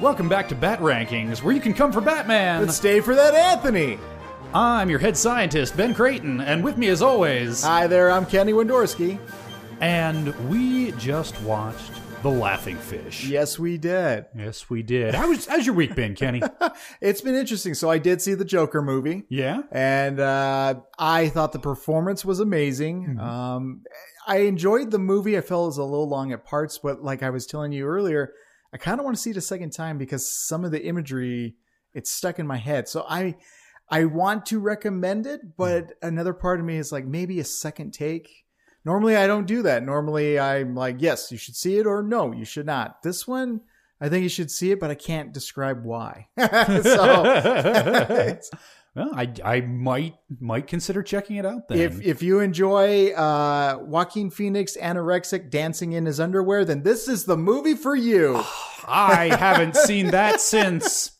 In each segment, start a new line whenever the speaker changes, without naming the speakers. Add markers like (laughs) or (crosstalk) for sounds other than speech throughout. Welcome back to Bat Rankings, where you can come for Batman.
Let's stay for that Anthony.
I'm your head scientist, Ben Creighton, and with me as always.
Hi there, I'm Kenny Wendorski.
And we just watched The Laughing Fish.
Yes, we did. (laughs)
Yes, we did. How was how's your week been, Kenny?
It's been interesting. So I did see the Joker movie.
Yeah.
And uh, I thought the performance was amazing. Um, I enjoyed the movie. I felt it was a little long at parts, but like I was telling you earlier, I kind of want to see it a second time because some of the imagery it's stuck in my head. So I I want to recommend
Hmm.
it, but another part of me is like maybe a second take. Normally I don't do that. Normally I'm like, yes, you should see it or no, you should not. This one I think you should see it, but I can't describe why. (laughs) so
(laughs)
it's-
Well, I I might might consider checking it out then.
If (laughs) if you enjoy uh, Joaquin Phoenix anorexic dancing in his underwear, then this is the movie for you.
Oh, I haven't seen that since.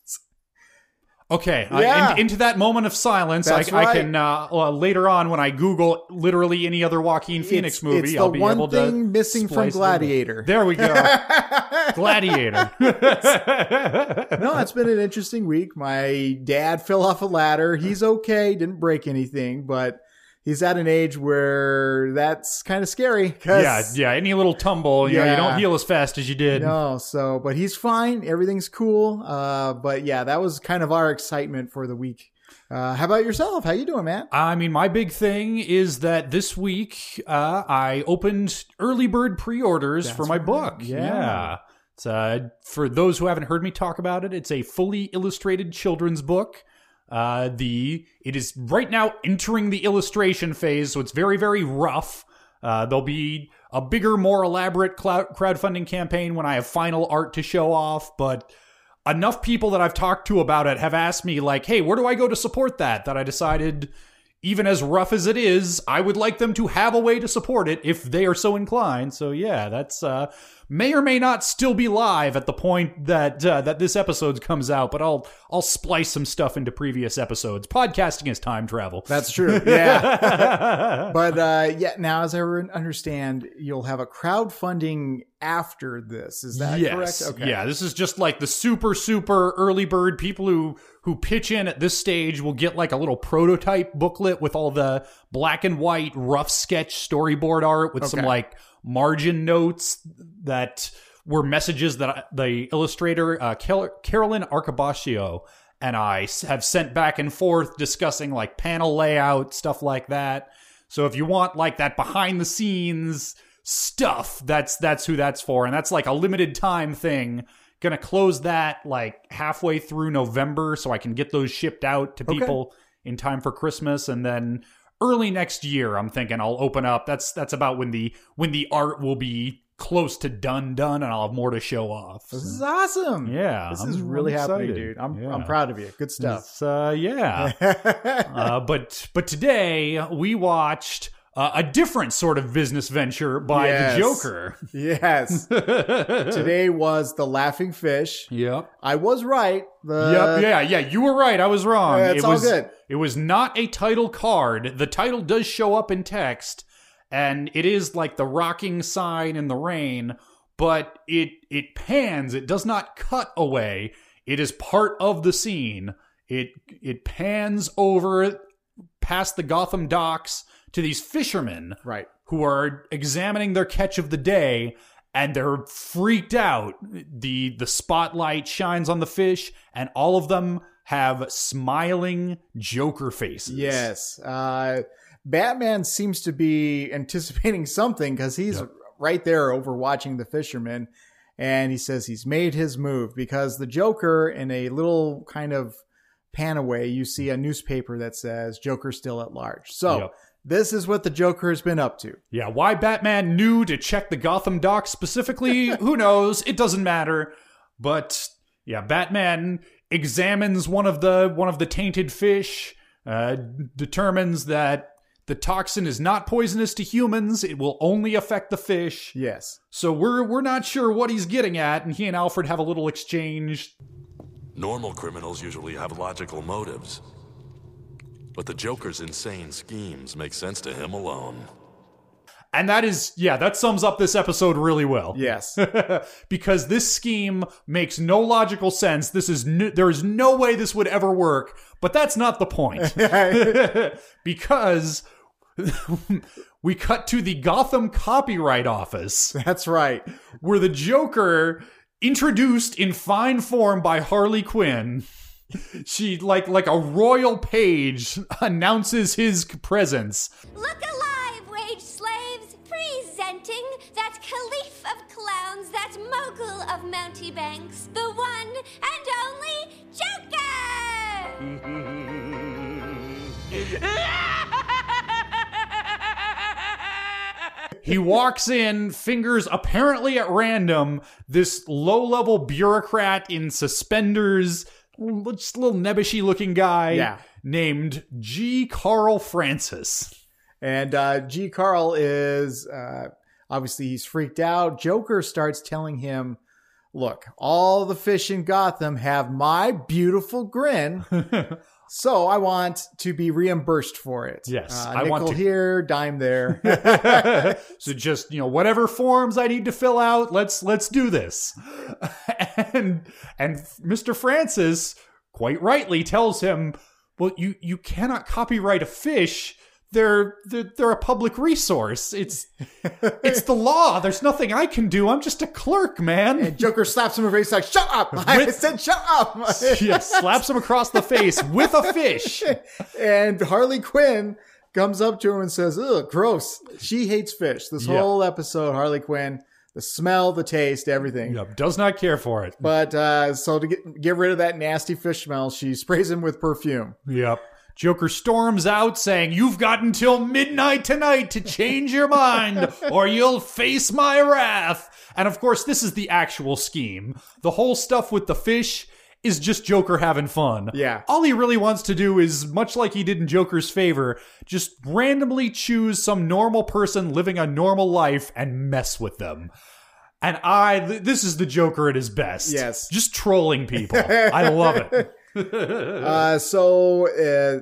Okay, I-
Yeah.
in- into that moment of silence, I,
That's
I
right.
can uh, well, later on when I Google literally any other Joaquin Phoenix
It's-
movie,
it's the
I'll be
one
able to
thing missing from
splice it in.
Gladiator.
There we
(laughs)
go, Gladiator.
no, it's been an interesting week. My dad fell off a ladder. He's okay, didn't break anything, but he's at an age where that's kind of scary. 'cause-
yeah, (laughs) yeah. Any little tumble, you know, you
Yeah.
don't heal as fast as you did.
No, so but he's fine. Everything's cool. Uh, but yeah, that was kind of our excitement for the week. Uh, how about yourself? How you doing, man?
I mean, my big thing is that this week uh, I opened early bird pre-orders for my book.
Yeah.
It's, uh, for those who haven't heard me talk about it, it's a fully illustrated children's book. Uh, the it is right now entering the illustration phase, so it's very very rough. Uh, there'll be a bigger, more elaborate clou- crowdfunding campaign when I have final art to show off, but enough people that I've talked to about it have asked me like, "Hey, where do I go to support that?" that I decided even as rough as it is, I would like them to have a way to support it if they are so inclined. So yeah, that's uh, may or may not still be live at the point that uh, that this episode comes out, but I'll I'll splice some stuff into previous episodes. Podcasting is time travel.
That's true. Yeah. (laughs) but uh, yeah, now as I re- understand, you'll have a crowdfunding after this. Is that
yes.
correct?
Yeah, this is just like the super super early bird people who who pitch in at this stage will get like a little prototype booklet with all the black and white rough sketch storyboard art with some
Okay.
like margin notes that were messages that I, the illustrator uh, Kel- Carolyn Arcabascio and I s- have sent back and forth discussing like panel layout stuff like that. So if you want like that behind the scenes stuff, that's that's who that's for, and that's like a limited time thing. Gonna close that like halfway through November, so I can get those shipped out to people in time for Christmas, and then early next year, I'm thinking I'll open up. That's that's about when the when the art will be close to done done, and I'll have more to show off.
This is awesome.
Yeah,
This
I'm-
is
I'm
really happening,
excited.
dude. I'm
Yeah.
I'm proud of you.
(laughs)
Good stuff.
It's, uh, yeah.
(laughs)
uh, but but today we watched uh, a different sort of business venture by
Yes.
the
(laughs)
Joker. (laughs)
yes. Today was the laughing fish.
Yep.
I was right. The,
Yep. Yeah. Yeah. You were right. I was wrong.
Yeah, it's
it
all
was,
good.
It was not a title card. The title does show up in text, and it is like the rocking sign in the rain, but it it pans. It does not cut away. It is part of the scene. It it pans over past the Gotham docks to these fishermen
Right.
who are examining their catch of the day and they're freaked out. The the spotlight shines on the fish and all of them have smiling joker faces.
Yes. Uh, Batman seems to be anticipating (laughs) something because he's right there overwatching the fisherman. And he says he's made his move because the Joker, in a little kind of pan away, you see a newspaper that says Joker still at large. So
Yep.
this is what the Joker has been up to.
Yeah, why Batman knew to check the Gotham docks specifically, who knows? It doesn't matter. But yeah, Batman examines one of the one of the tainted fish, uh, determines that the toxin is not poisonous to humans, it will only affect the fish.
Yes.
So we're we're not sure what he's getting at, and he and Alfred have a little exchange.
Normal criminals usually have logical motives. But the Joker's insane schemes make sense to him alone.
And that is, yeah, that sums up this episode really well. (laughs)
Yes. (laughs)
because this scheme makes no logical sense. This is n- there is no way this would ever work, but that's not the point. (laughs) because (laughs) we cut to the Gotham Copyright Office
That's right.
where the Joker introduced in fine form by Harley Quinn she like like a royal page (laughs) announces his presence
Look alive, wage slaves! Presenting that caliph of clowns, that mogul of mountebanks, the one and only Joker!
He walks in, fingers apparently at random, this low level bureaucrat in suspenders, l- just little nebbishy looking guy
Yeah.
named G. Carl Francis. (laughs)
And uh, G. Carl is uh, obviously he's freaked out. Joker starts telling him, "Look, all the fish in Gotham have my beautiful grin, so I want to be reimbursed for it.
Yes,
uh,
I want
nickel
to-
here,
(laughs)
dime there.
So just, you know, whatever forms I need to fill out, let's let's do this. (laughs) and and Mr. Francis quite rightly tells him, "Well, you you cannot copyright a fish. They're they're, they're a public resource. It's it's the law. There's nothing I can do. I'm just a clerk, man."
(laughs) and Joker slaps him in the face like, "Shut up! (laughs) I
With-
said shut
(laughs)
up!"
yeah, slaps him across the face with a fish.
and Harley Quinn comes up to him and says, "Ugh, gross." She hates fish. This
Yeah.
whole episode, Harley Quinn, the smell, the taste, everything.
Yep, does not care for it.
But uh, so to get get rid of that nasty fish smell, she sprays him with perfume.
Yep. Joker storms out saying, You've got until midnight tonight to change your mind, or you'll face my wrath. And of course, this is the actual scheme. The whole stuff with the fish is just Joker having fun.
Yeah.
All he really wants to do is, much like he did in Joker's favor, just randomly choose some normal person living a normal life and mess with them. And I, th- this is the Joker at his best.
Yes.
Just trolling people. I love it.
(laughs) Uh, so uh,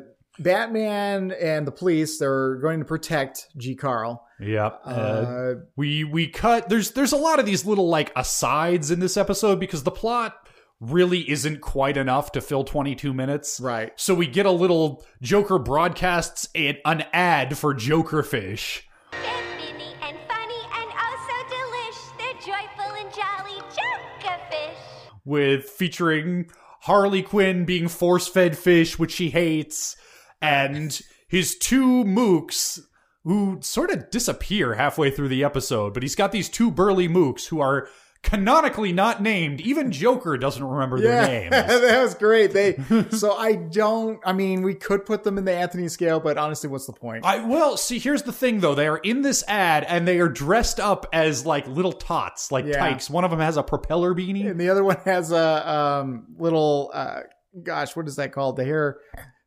Batman and the police they're going to protect G. Carl.
Yep.
Uh,
Uh, we we cut there's there's a lot of these little like asides in this episode because the plot really isn't quite enough to fill 22 minutes
Right.
so we get a little joker broadcasts an, an ad for jokerfish
They're finny and funny and oh so delish. They're joyful and jolly Jokerfish.
with featuring harley quinn being force-fed fish which she hates and his two mooks who sort of disappear halfway through the episode but he's got these two burly mooks who are canonically not named even joker doesn't remember their
yeah,
names
(laughs) that was great. They so I don't. I mean, we could put them in the Anthony scale, but honestly, what's the point?
I well see. Here's the thing, though. They are in this ad, and they are dressed up as like little tots, like
Yeah.
tykes. One of them has a propeller beanie.
and the other one has a um, little uh, gosh, what is that called? The hair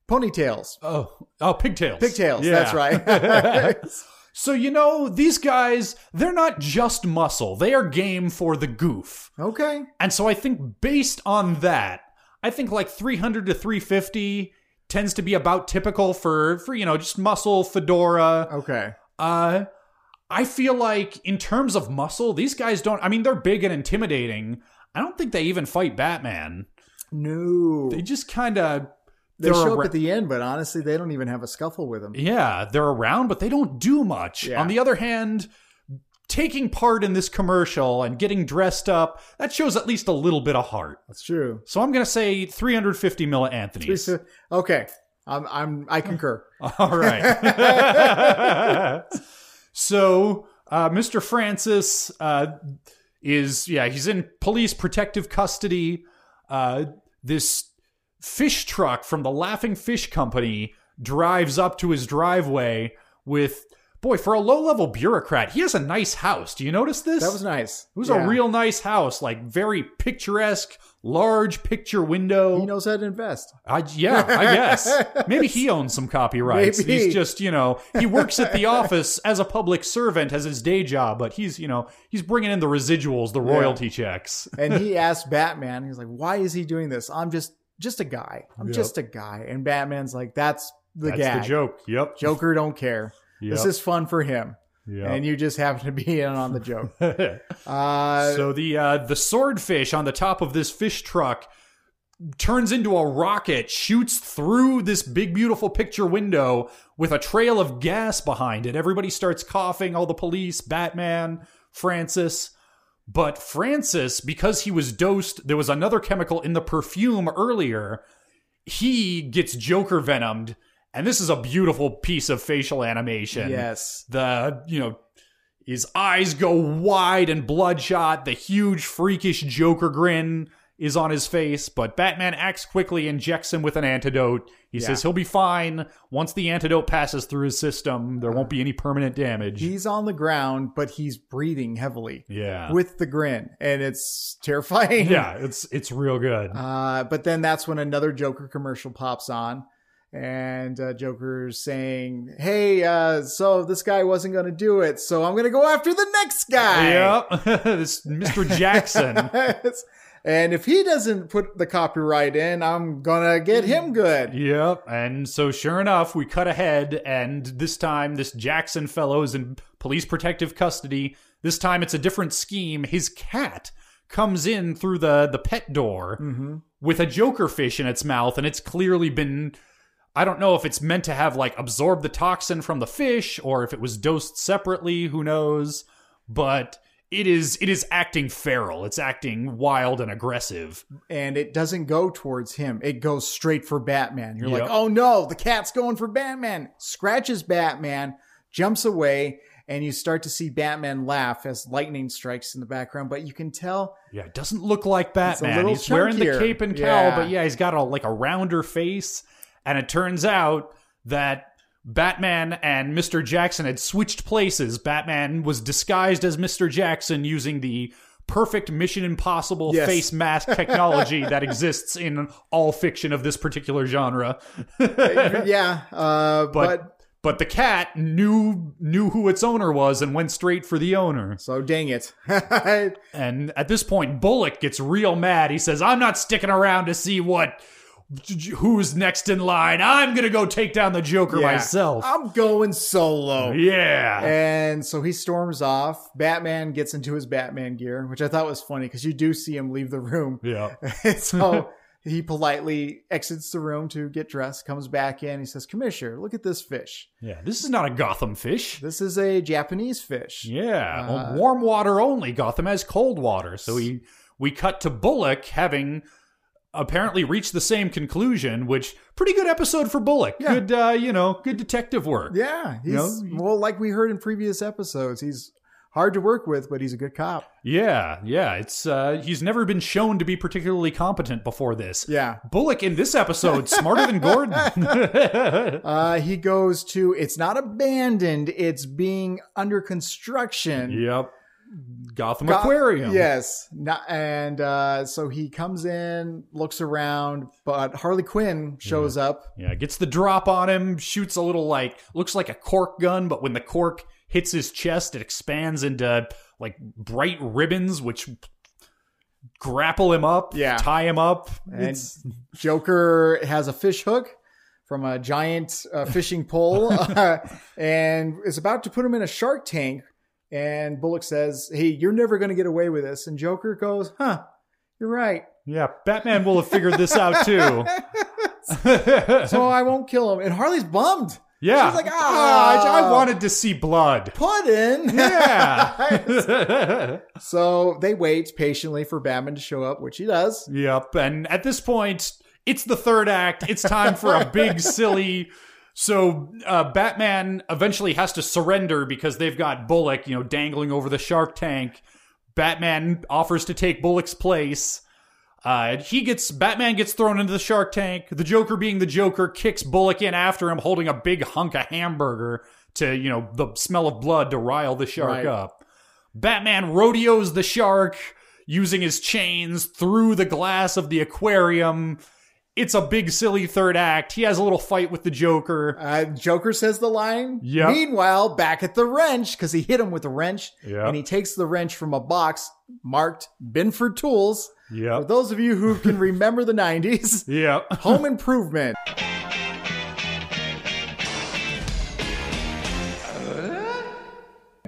ponytails,
oh, oh, pigtails.
pigtails.
Yeah.
That's right. (laughs)
So you know these guys, they're not just muscle. They are game for the goof.
okay.
And so I think based on that, I think like 300 to 350 tends to be about typical for for you know just muscle fedora.
Okay.
Uh, I feel like in terms of muscle, these guys don't. I mean, they're big and intimidating. I don't think they even fight Batman.
No.
They just kind of
They
they're
show
ar-
up at the end, but honestly, they don't even have a scuffle with him.
yeah, they're around, but they don't do much.
Yeah.
On the other hand, taking part in this commercial and getting dressed up that shows at least a little bit of heart.
That's true.
So I'm gonna say 350 milli Anthony's.
Okay, I'm, I'm, I concur.
(laughs) All right. (laughs) so, uh, Mr. Francis uh, is, yeah, he's in police protective custody. Uh, this fish truck from the Laughing Fish Company drives up to his driveway with, boy, for a low level bureaucrat, he has a nice house. Do you notice this?
That was nice.
it was
Yeah.
a real nice house, like very picturesque, large picture window.
He knows how to invest.
I, yeah, I
(laughs)
guess. Maybe he owns some copyrights.
Maybe.
He's just, you know, he works at
(laughs)
the office as a public servant as his day job, but he's, you know, he's bringing in the residuals, the royalty checks. (laughs)
And he asked Batman. He's like, "Why is he doing this? I'm just, just a guy. I'm
Yep.
just a guy." And Batman's like, "That's the
That's
gag.
the joke. Yep.
Joker don't care.
Yep.
This is fun for him."
Yeah.
and you just happen to be in on
(laughs)
the joke. uh,
so the uh, the swordfish on the top of this fish truck turns into a rocket, shoots through this big beautiful picture window with a trail of gas behind it. Everybody starts coughing. All the police, Batman, Francis. But Francis, because he was dosed, there was another chemical in the perfume earlier. He gets Joker venomed, and this is a beautiful piece of facial animation
yes,
the you know his eyes go wide and bloodshot the huge freakish joker grin is on his face but batman acts quickly injects him with an antidote he says he'll be fine once the antidote passes through his system there won't be any permanent damage
he's on the ground, but he's breathing heavily
yeah
with the grin, and it's terrifying.
yeah it's it's real good
Uh, but then that's when another Joker commercial pops on, and uh, Joker's saying, "Hey, uh, so this guy wasn't going to do it, so I'm going to go after the next guy."
yeah (laughs) this mr jackson
(laughs) and if he doesn't put the copyright in, I'm gonna get him good.
Yep. And so, sure enough, we cut ahead, and this time, this Jackson fellow is in police protective custody. This time, it's a different scheme. His cat comes in through the the pet door with a Joker fish in its mouth, and it's clearly been. I don't know if it's meant to have like absorbed the toxin from the fish or if it was dosed separately. Who knows? But it is it is acting feral. It's acting wild and aggressive.
And it doesn't go towards him; it goes straight for Batman. You're
Yep.
like, "Oh no, the cat's going for Batman!" Scratches Batman, jumps away, and you start to see Batman laugh as lightning strikes in the background. But you can tell
Yeah, it doesn't look like Batman.
little
He's wearing the
chunkier.
cape and cowl,
Yeah.
but yeah, he's got a like a rounder face. And it turns out that Batman and Mr. Jackson had switched places. Batman was disguised as Mr. Jackson using the perfect Mission Impossible
Yes.
face
(laughs)
mask technology that exists in all fiction of this particular
(laughs)
genre.
yeah, uh, but,
But the cat knew knew who its owner was and went straight for the owner.
so dang it. (laughs) yeah,
And at this point, Bullock gets real mad. He says, "I'm not sticking around to see what who's next in line. I'm gonna go take down the Joker myself."
I'm going solo.
yeah,
And so he storms off. Batman gets into his Batman gear, which I thought was funny because you do see him leave the room. (laughs)
yeah.
so
(laughs)
he politely exits the room to get dressed, comes back in. He says, Commissioner, look at this fish.
Yeah, this is not a Gotham fish.
This is a Japanese fish.
Yeah,
Uh,
well, warm water only. Gotham has cold water. So we we cut to Bullock having apparently reached the same conclusion, which pretty good episode for Bullock. Good, uh, you know, good detective work.
Yeah. He's,
You
well, like we heard in previous episodes, he's hard to work with, but he's a good cop.
Yeah, yeah. It's uh, he's never been shown to be particularly competent before this.
Yeah.
Bullock in this episode smarter than
(laughs)
Gordon.
Uh, he goes to, it's not abandoned, it's being under construction.
yep. Gotham
Got-
Aquarium.
Yes. No- and uh, so he comes in, looks around, but Harley Quinn shows up.
Yeah, gets the drop on him, shoots a little like looks like a cork gun, but when the cork hits his chest, it expands into like bright ribbons which grapple him up,
Yeah.
tie him up.
And
It's-
(laughs) Joker has a fish hook from a giant uh, fishing pole (laughs) uh, and is about to put him in a shark tank. And Bullock says, Hey, you're never going to get away with this. And Joker goes, Huh, you're
(laughs)
right.
yeah, Batman will have figured this out
(laughs)
too.
So I won't kill him. And Harley's bummed.
Yeah.
She's like,
I- I
"Ah."
wanted to see blood.
(laughs) Put in.
(laughs) Yeah.
so they wait patiently for Batman to show up, which he does.
yep. And at this point, it's the third act. It's time for a big, silly. So uh, Batman eventually has to surrender because they've got Bullock, you know, dangling over the shark tank. Batman offers to take Bullock's place. Uh, and he gets Batman gets thrown into the shark tank. The Joker, being the Joker, kicks Bullock in after him, holding a big hunk of hamburger to you know the smell of blood to rile the shark
Right.
up. Batman rodeos the shark using his chains through the glass of the aquarium. It's a big, silly third act. He has a little fight with the Joker.
Uh, Joker says the line.
Yep.
Meanwhile, back at the wrench, because he hit him with a wrench,
Yep.
and he takes the wrench from a box marked Binford Tools. For
Yep.
those of you who can remember
(laughs)
the 90s,
Yep.
Home Improvement. Improvement,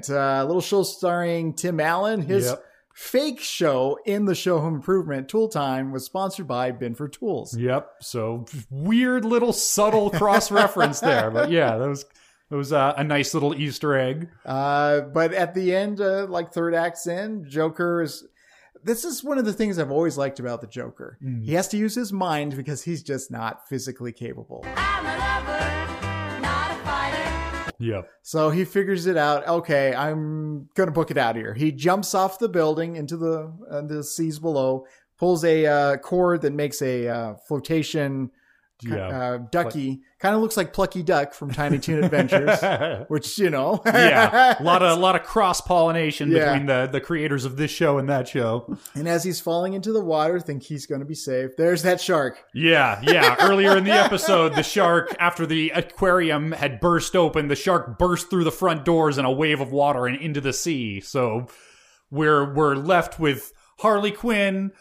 uh, little show starring Tim Allen. His
Yep.
fake show in the show Home Improvement, Tool Time, was sponsored by Binford Tools.
Yep. So weird little
(laughs)
subtle cross reference there, but yeah, that was that was uh, a nice little Easter egg.
Uh, but at the end, uh, like third act's end, Joker is. This is one of the things I've always liked about the Joker.
Mm.
He has to use his mind because he's just not physically capable.
I'm a lover, not a fighter.
Yep.
So he figures it out. Okay, I'm gonna book it out of here. He jumps off the building into the uh, the seas below, pulls a uh, cord that makes a uh, flotation
Yeah.
uh, ducky. kind of looks like Plucky Duck from Tiny
(laughs)
Toon Adventures, which you know. (laughs)
yeah, a lot of a lot of cross pollination
Yeah.
between the the creators of this show and that show.
and as he's falling into the water, think he's gonna be safe. There's that shark.
Yeah,
(laughs)
yeah. Earlier in the episode, the shark, after the aquarium had burst open, the shark burst through the front doors in a wave of water and into the sea. So we're we're left with Harley Quinn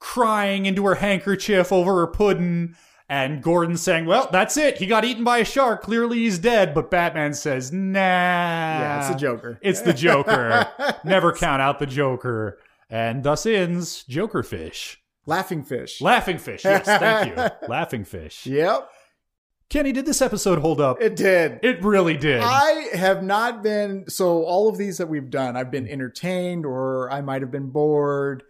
crying into her handkerchief over her pudding. And Gordon saying, "Well, that's it. He got eaten by a shark. Clearly, he's dead." But Batman says, "Nah,
Yeah,
yeah,
it's the Joker.
It's the Joker.
(laughs)
Never count out the Joker." And thus ends Jokerfish.
Laughing fish.
Laughing fish. Yes, thank
(laughs)
you. Laughing fish.
yep,
Kenny, did this episode hold up? It,
it did.
really did.
I have not been so all of these that we've done, I've been entertained or I might have been bored.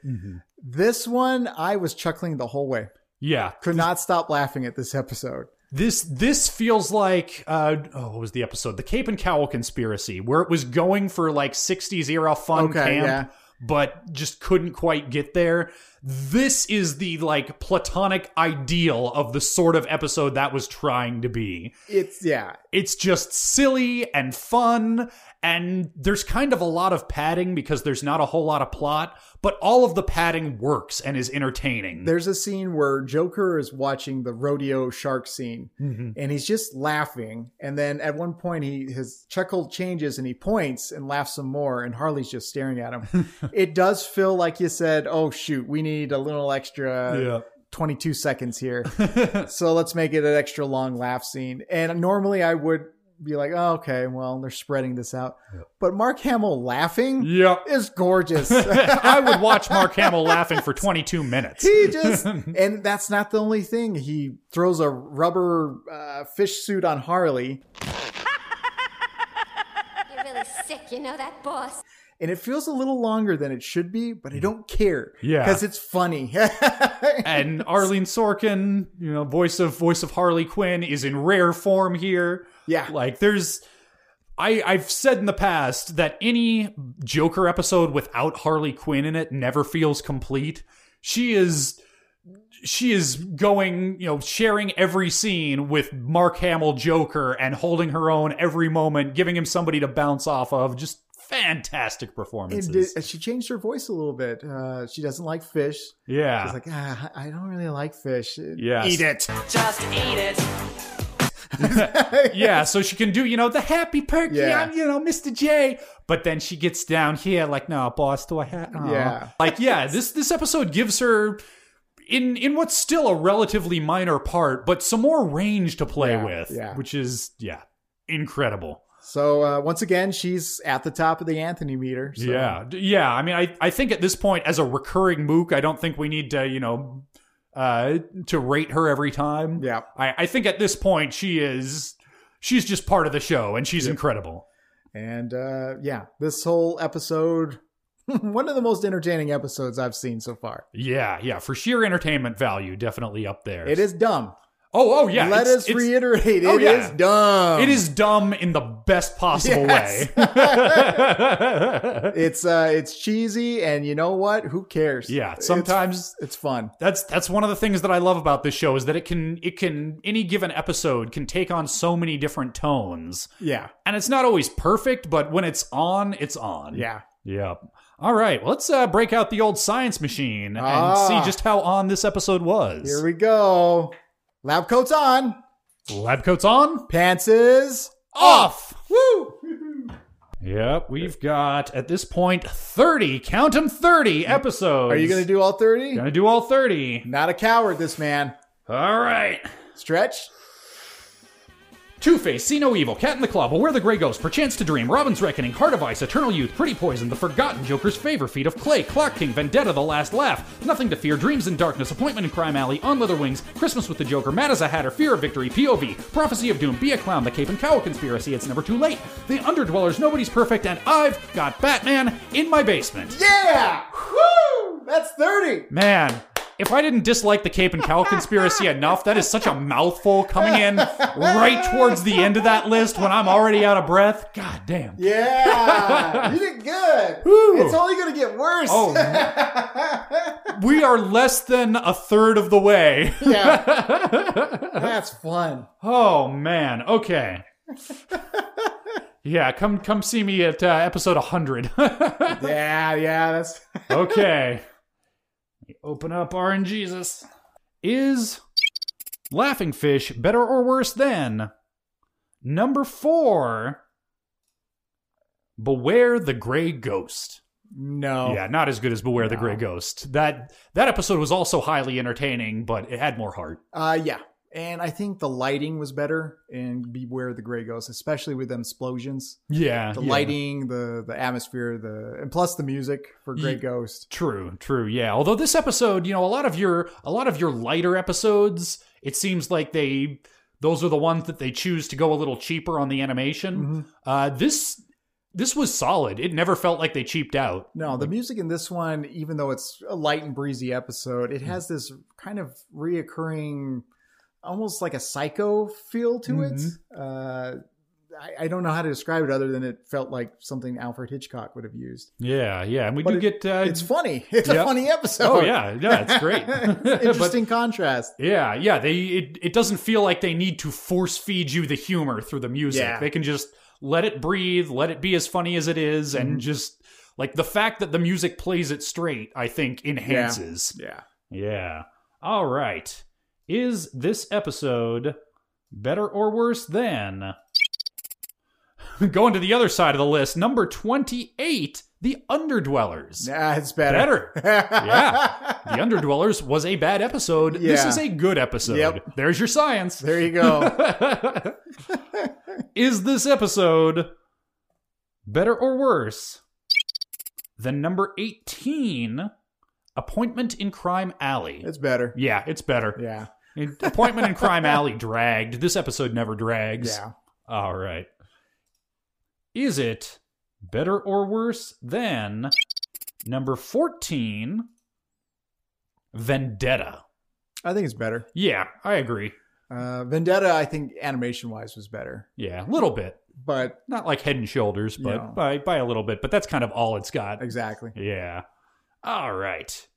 This one, I was chuckling the whole way.
yeah.
Could not stop laughing at this episode.
This this feels like uh oh, what was the episode? The Cape and Cowl conspiracy, where it was going for like 60s era fun
Okay,
camp.
yeah.
But just couldn't quite get there. This is the like platonic ideal of the sort of episode that was trying to be.
It's yeah.
it's just silly and fun and there's kind of a lot of padding because there's not a whole lot of plot but all of the padding works and is entertaining
There's a scene where Joker is watching the rodeo shark scene and he's just laughing. And then at one point he his chuckle changes and he points and laughs some more and Harley's just staring at him. it does feel like you said, Oh shoot, we need a little extra 22 seconds here. so let's make it an extra long laugh scene. And normally I would be like, oh, okay, well, they're spreading this out. But Mark Hamill laughing
yeah
is
(laughs)
gorgeous.
i would watch mark hamill laughing for 22 minutes (laughs)
he just, and that's not the only thing. He throws a rubber uh, fish suit on Harley,
You're really sick, you know that, boss.
and it feels a little longer than it should be, but I don't care.
Yeah.
Because it's funny. (laughs)
and arlene sorkin you know voice of voice of harley quinn is in rare form here
Yeah.
like there's I, I've said in the past that any Joker episode without Harley Quinn in it never feels complete. She is she is going, you know, sharing every scene with Mark Hamill Joker and holding her own every moment, giving him somebody to bounce off of. Just fantastic
And
performances.
did- she changed her voice a little bit. Uh, she doesn't like fish.
yeah.
It's like, ah, I don't really like fish.
Yes.
Eat it.
Just eat it.
(laughs) yeah, so she can do, you know, the happy perky,
Yeah.
I'm, you know, Mr. J. But then she gets down here, like, no, boss, do I have?
Yeah.
like, yeah, this this episode gives her in in what's still a relatively minor part, but some more range to play
Yeah,
with,
yeah.
which is yeah, incredible.
So uh, once again, she's at the top of the Anthony meter. So.
Yeah, D- yeah. I mean, I I think at this point, as a recurring mook, I don't think we need to, you know, uh, to rate her every time.
Yeah.
I I think at this point she is. She's just part of the show, and she's incredible.
And uh, yeah, this whole episode, (laughs) one of the most entertaining episodes I've seen so far.
Yeah, yeah, for sheer entertainment value, definitely up there.
It is dumb.
Oh, oh, yeah.
Let
it's-
us
it's-
reiterate, it is
oh, yeah.
dumb.
It is dumb in the best possible
Yes.
way. (laughs)
It's uh, it's cheesy, and you know what? Who cares?
yeah,
It's-
sometimes
it's fun.
that's that's one of the things that I love about this show is that it can it can any given episode can take on so many different tones.
Yeah,
And it's not always perfect, but when it's on, it's on.
yeah.
Yeah. All right, well, let's uh, break out the old science machine and
Ah.
see just how on this episode was.
Here we go. Lab coats on,
Lab coats on,
pants is
off.
woo.
Yep, we've got at this point 30, count 'em 30 episodes.
Are you gonna do all thirty?
Gonna do all 30.
Not a coward, this man.
All right.
Stretch.
Two Face, See No Evil, Cat in the Claw, Beware the Grey Ghost, Perchance to Dream, Robin's Reckoning, Heart of Ice, Eternal Youth, Pretty Poison, The Forgotten Joker's Favor, Feet of Clay, Clock King, Vendetta, The Last Laugh, Nothing to Fear, Dreams in Darkness, Appointment in Crime Alley, On Leather Wings, Christmas with the Joker, Mad as a Hatter, Fear of Victory, POV, Prophecy of Doom, Be a Clown, The Cape and Cow Conspiracy, It's Never Too Late, The Underdwellers, Nobody's Perfect, and I've got Batman in my basement.
Yeah! Woo! That's 30.
Man, if I didn't dislike the Cape and Cow conspiracy enough, that is such a mouthful coming in right towards the end of that list when I'm already out of breath. God damn.
Yeah. you did
(laughs)
good. It's only going to get worse.
Oh,
(laughs)
no. we are less than a third of the way. (laughs)
Yeah. That's fun.
Oh man. Okay. Yeah, come come see me at uh, episode (laughs) 100.
Yeah, yeah, that's
okay. Let me open up RNGesus. Is Laughing Fish better or worse than number four? Beware the Gray Ghost.
no.
Yeah, not as good as Beware the Gray Ghost. That that episode was also highly entertaining, but it had more heart.
Uh, yeah. And I think the lighting was better in Beware the Grey Ghost, especially with them explosions.
Yeah,
The
Uh, yeah.
lighting, the the atmosphere, the and plus the music for Grey
Ye-
Ghost.
True, true. Yeah. Although this episode, you know, a lot of your a lot of your lighter episodes, it seems like they those are the ones that they choose to go a little cheaper on the animation.
Mm-hmm.
Uh this this was solid. It never felt like they cheaped out.
No, the music in this one, even though it's a light and breezy episode,
Mm.
it has this kind of reoccurring, almost like a psycho feel to
Mm-hmm.
it. Uh, I, I don't know how to describe it other than it felt like something Alfred Hitchcock would have used.
Yeah, yeah. And we
But
do
it-
get uh
It's funny. (laughs) It's a
Yep.
funny episode. (laughs)
Oh yeah, (laughs) yeah, it's great. But-
Interesting contrast.
yeah, yeah. They it, it doesn't feel like they need to force feed you the humor through the music.
Yeah.
They can just let it breathe, let it be as funny as it is,
Mm-hmm.
and just like the fact that the music plays it straight, I think enhances.
Yeah.
Yeah. All right. Is this episode better or worse than (laughs) going to the other side of the list, number 28, The Underdwellers?
Nah, it's better.
Better.
(laughs)
yeah. The Underdwellers was a bad episode. This
Yeah.
is a good episode.
Yep.
There's your science.
There
(laughs)
you go.
is this episode better or worse than number 18, Appointment in Crime Alley?
It's better.
Yeah, it's better.
Yeah.
And Appointment in
(laughs)
Crime Alley dragged. This episode never drags.
Yeah.
All right. Is it better or worse than number 14, Vendetta?
I think it's better.
Yeah, I agree.
Uh, Vendetta, I think animation wise was better,
Yeah, a little bit.
but
Not like head and shoulders, but
Yeah.
by, by a little bit. But that's kind of all it's got.
exactly.
Yeah. All right.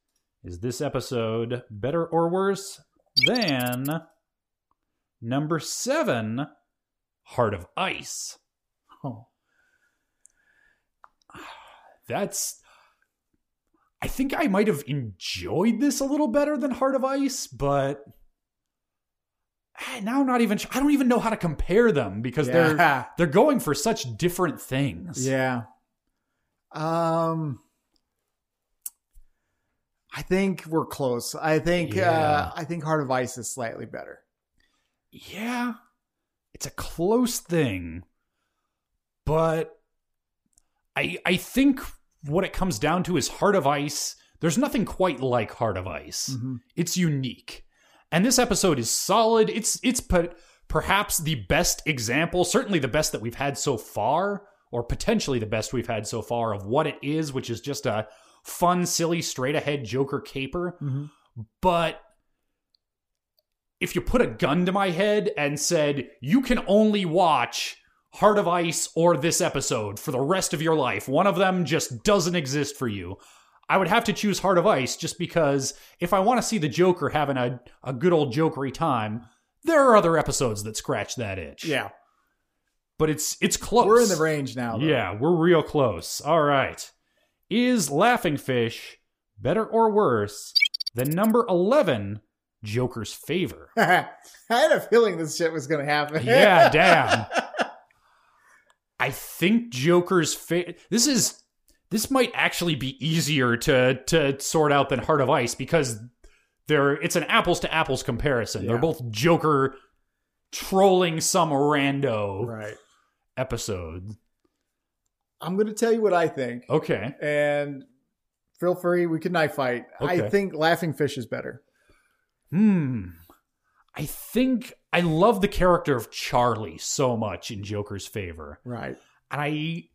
Is this episode better or worse than number seven, Heart of Ice?
Oh.
That's. I think I might have enjoyed this a little better than Heart of Ice, but. Ah, Now I'm not even. I don't even know how to compare them because they're
Yeah.
they're going for such different things.
(laughs) Yeah. Um, I think we're close. I think uh,
Yeah.
I think Heart of Ice is slightly better.
yeah, it's a close thing, but I I think what it comes down to is Heart of Ice. There's nothing quite like Heart of Ice. It's unique, and this episode is solid. It's it's per, perhaps the best example, certainly the best that we've had so far, or potentially the best we've had so far of what it is, which is just a fun, silly, straight ahead Joker caper. But if you put a gun to my head and said, you can only watch Heart of Ice or this episode for the rest of your life, one of them just doesn't exist for you, I would have to choose Heart of Ice just because if I want to see the Joker having a, a good old jokery time, there are other episodes that scratch that itch.
Yeah.
But it's it's close.
We're in the range now. though.
Yeah, we're real close. All right. Is Laughing Fish better or worse than number 11, Joker's Favor?
(laughs) I had a feeling this shit was going to happen. (laughs)
yeah, damn. I think Joker's fa- this is this might actually be easier to to sort out than Heart of Ice because they're it's an apples to apples comparison. They're
Yeah.
both Joker trolling some rando
Right.
episode.
I'm going to tell you what I think.
Okay.
And feel free, we can knife fight.
Okay.
I think Laughing Fish is better.
Hmm. I think I love the character of Charlie so much in Joker's favor.
Right.
And I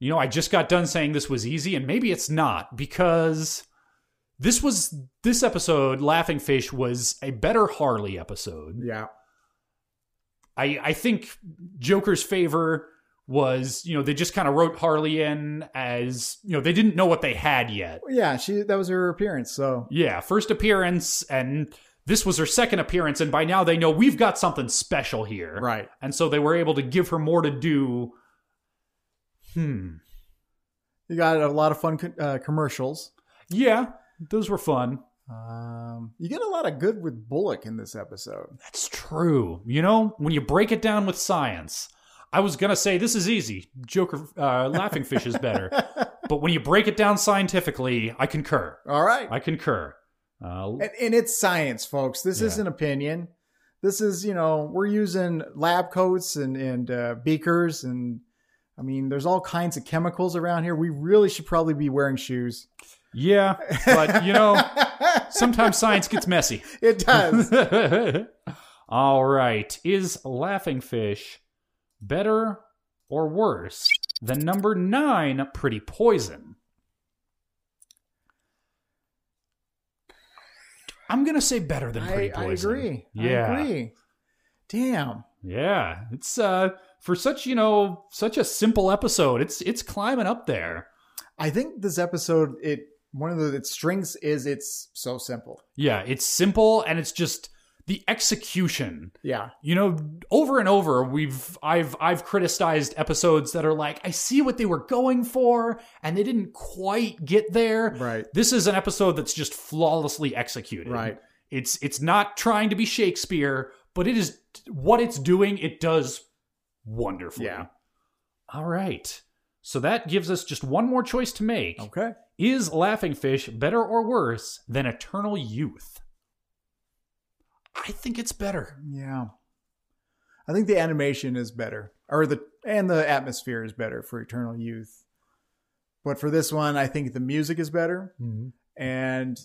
you know, I just got done saying this was easy and maybe it's not because this was this episode Laughing Fish was a better Harley episode.
Yeah.
I I think Joker's favor was, you know, they just kind of wrote Harley in as, you know, they didn't know what they had yet.
Yeah, she that was her appearance. So
Yeah, first appearance and this was her second appearance and by now they know we've got something special here.
Right.
And so they were able to give her more to do. Hmm.
you got a lot of fun co- uh, commercials.
Yeah, those were fun.
Um, you get a lot of good with Bullock in this episode.
That's true. You know, when you break it down with science, I was going to say this is easy. Joker uh, laughing fish is better. But when you break it down scientifically, I concur.
All right.
I concur. Uh,
and, and it's science, folks. This
Yeah.
isn't opinion. This is, you know, we're using lab coats and and uh, beakers, and I mean, there's all kinds of chemicals around here. We really should probably be wearing shoes.
yeah, but you know, sometimes science gets messy.
It does.
(laughs) All right. Is Laughing Fish better or worse than number nine, Pretty Poison? I'm going to say better than
I,
Pretty
I
Poison.
agree.
Yeah.
I agree. Damn.
Yeah. It's, uh, for such, you know, such a simple episode, it's, it's climbing up there.
I think this episode, it one of the its strengths is it's so simple.
Yeah. It's simple and it's just the execution
Yeah.
you know over and over we've i've i've criticized episodes that are like i see what they were going for and they didn't quite get there
Right.
this is an episode that's just flawlessly executed
Right.
it's it's not trying to be shakespeare but it is what it's doing it does wonderfully
Yeah.
all right so that gives us just one more choice to make
Okay.
is Laughing Fish better or worse than Eternal Youth? I think it's better.
Yeah. I think the animation is better, or the and the atmosphere is better for Eternal Youth. But for this one, I think the music is better, and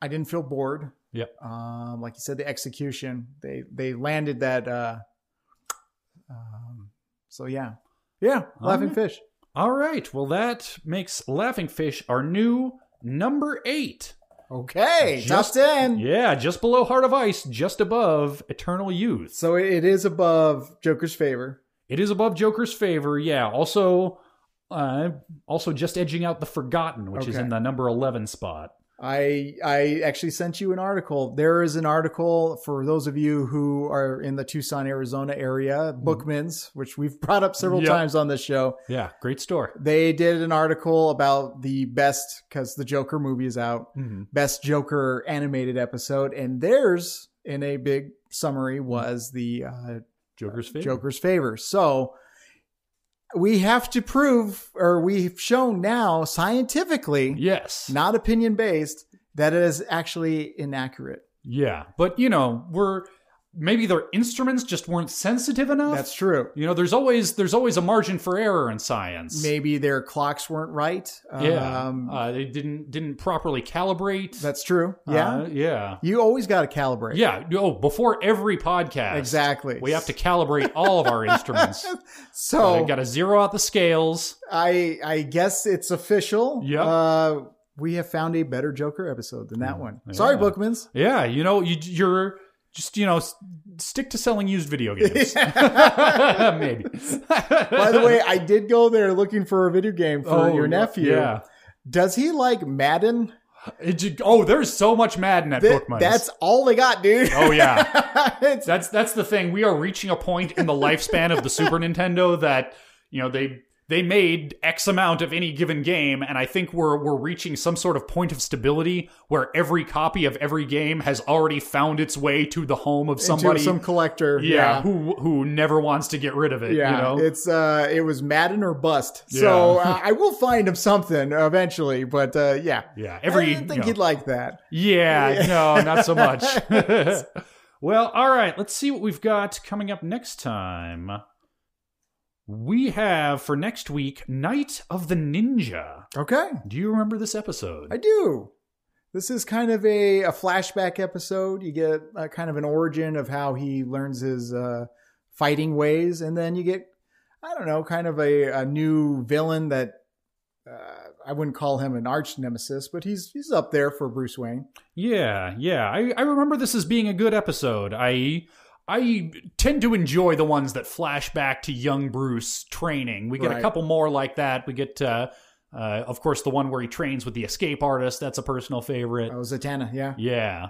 I didn't feel bored.
Yep.
Um, like you said, the execution they they landed that. Uh, um, so yeah, yeah, laughing
right.
fish.
All right. Well, that makes Laughing Fish our new number eight.
Okay,
Just-
top ten.
Yeah, just below Heart of Ice, just above Eternal Youth.
So it is above Joker's favor.
It is above Joker's Favor. Yeah. Also, uh, also just edging out the Forgotten, which is
Okay.
in the number eleven spot.
I I actually sent you an article. There is an article for those of you who are in the Tucson, Arizona area, Bookman's, which we've brought up several
Mm-hmm. Yep.
times on this show.
Yeah, great store.
They did an article about the best because the Joker movie is out, best Joker animated episode, and theirs in a big summary was the uh,
Joker's Favor.
Joker's favor. So we have to prove, or we've shown now scientifically
Yes.
not opinion based, that it is actually inaccurate.
Yeah, but you know, we're maybe their instruments just weren't sensitive enough.
That's true.
you know, there's always there's always a margin for error in science.
Maybe their clocks weren't right.
Yeah,
Um,
uh, they didn't didn't properly calibrate.
that's true.
Uh,
Yeah.
yeah,
you always got to calibrate.
yeah. Oh, before every podcast,
Exactly.
We have to calibrate all of
(laughs)
our instruments.
So
got to zero out the scales.
I I guess it's official.
Yep. Mm.
Uh, we have found a better Joker episode than that one. Sorry,
Yeah.
Bookman's.
Yeah, you know, you, you're just you know s- stick to selling used video
(laughs)
games. (laughs) Maybe.
By the way, I did go there looking for a video game for
Oh,
your nephew.
Yeah.
Does he like Madden?
It ju- oh, there's so much Madden at
Th-
Bookman's.
that's all they got, dude.
oh yeah.
(laughs) it's
That's that's the thing. We are reaching a point in the lifespan of the Super Nintendo that you know they they made X amount of any given game, and I think we're we're reaching some sort of point of stability where every copy of every game has already found its way to the home of
into
somebody.
some collector.
yeah, who who never wants to get rid of it.
Yeah,
you know?
it's uh, it was Madden or bust. So
Yeah.
uh, I will find him something eventually, but uh, yeah,
yeah. Every
I didn't
you know- (laughs)
think he'd like that.
Yeah, no, not so much. Well, all right. Let's see what we've got coming up next time. We have for next week Night of the Ninja.
Okay.
Do you remember this episode?
I do. This is kind of a, a flashback episode. You get uh kind of an origin of how he learns his uh, fighting ways, and then you get, I don't know, kind of a, a new villain that uh, I wouldn't call him an arch nemesis, but he's he's up there for Bruce Wayne.
Yeah, yeah. I, I remember this as being a good episode. I I tend to enjoy the ones that flash back to young Bruce training. We get a
Right.
couple more like that. We get, uh, uh, of course, the one where he trains with the escape artist. That's a personal favorite.
Oh, Zatanna, yeah.
Yeah.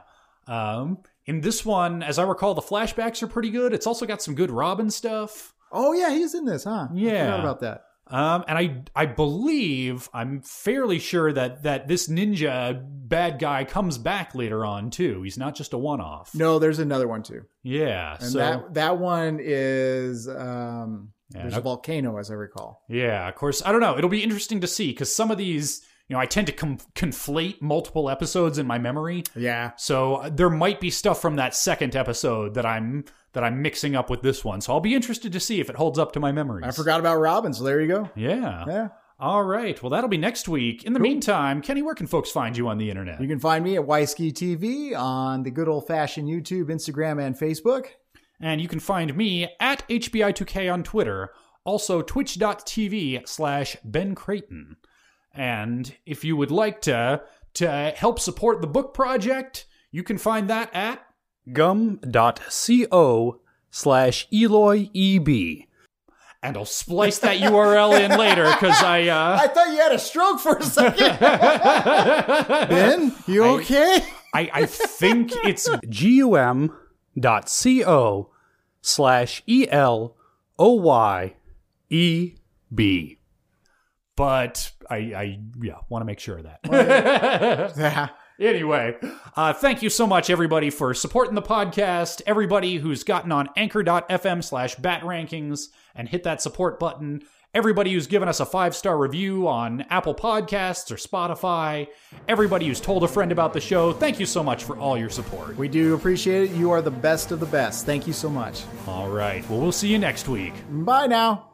Um, in this one, as I recall, the flashbacks are pretty good. It's also got some good Robin stuff.
Oh, yeah, he's in this, huh? I
Yeah.
forgot about that.
Um, and I I believe I'm fairly sure that that this ninja bad guy comes back later on too. He's not just a one off.
No, there's another one too,
Yeah.
and
so
that that one is um,
Yeah,
there's
no-
a volcano, as I recall.
yeah, of course. I don't know. It'll be interesting to see because some of these, you know, I tend to com- conflate multiple episodes in my memory.
Yeah,
So uh, there might be stuff from that second episode that I'm that I'm mixing up with this one. So I'll be interested to see if it holds up to my memories.
I forgot about Robin, so there you go.
Yeah.
Yeah.
All right. Well, that'll be next week. In the meantime, Kenny, where can folks find you on the internet?
You can find me at Wysky TV E on the good old fashioned YouTube, Instagram, and Facebook.
And you can find me at HBI2K on Twitter, also twitch.tv slash Ben Creighton. And if you would like to to help support the book project, you can find that at
gum.co slash Eloy EB.
E and I'll splice that URL in later because I uh
(laughs) I thought you had a stroke for a second. ben, you okay?
I, I think it's
gum.co slash
E
E-L-O-Y-E-B.
but I, I yeah, want to make sure of that.
(laughs) Yeah.
Anyway, uh, thank you so much, everybody, for supporting the podcast. Everybody who's gotten on anchor.fm slash bat rankings and hit that support button. Everybody who's given us a five star review on Apple Podcasts or Spotify. Everybody who's told a friend about the show. Thank you so much for all your support.
We do appreciate it. You are the best of the best. Thank you so much.
All right. Well, we'll see you next week.
Bye now.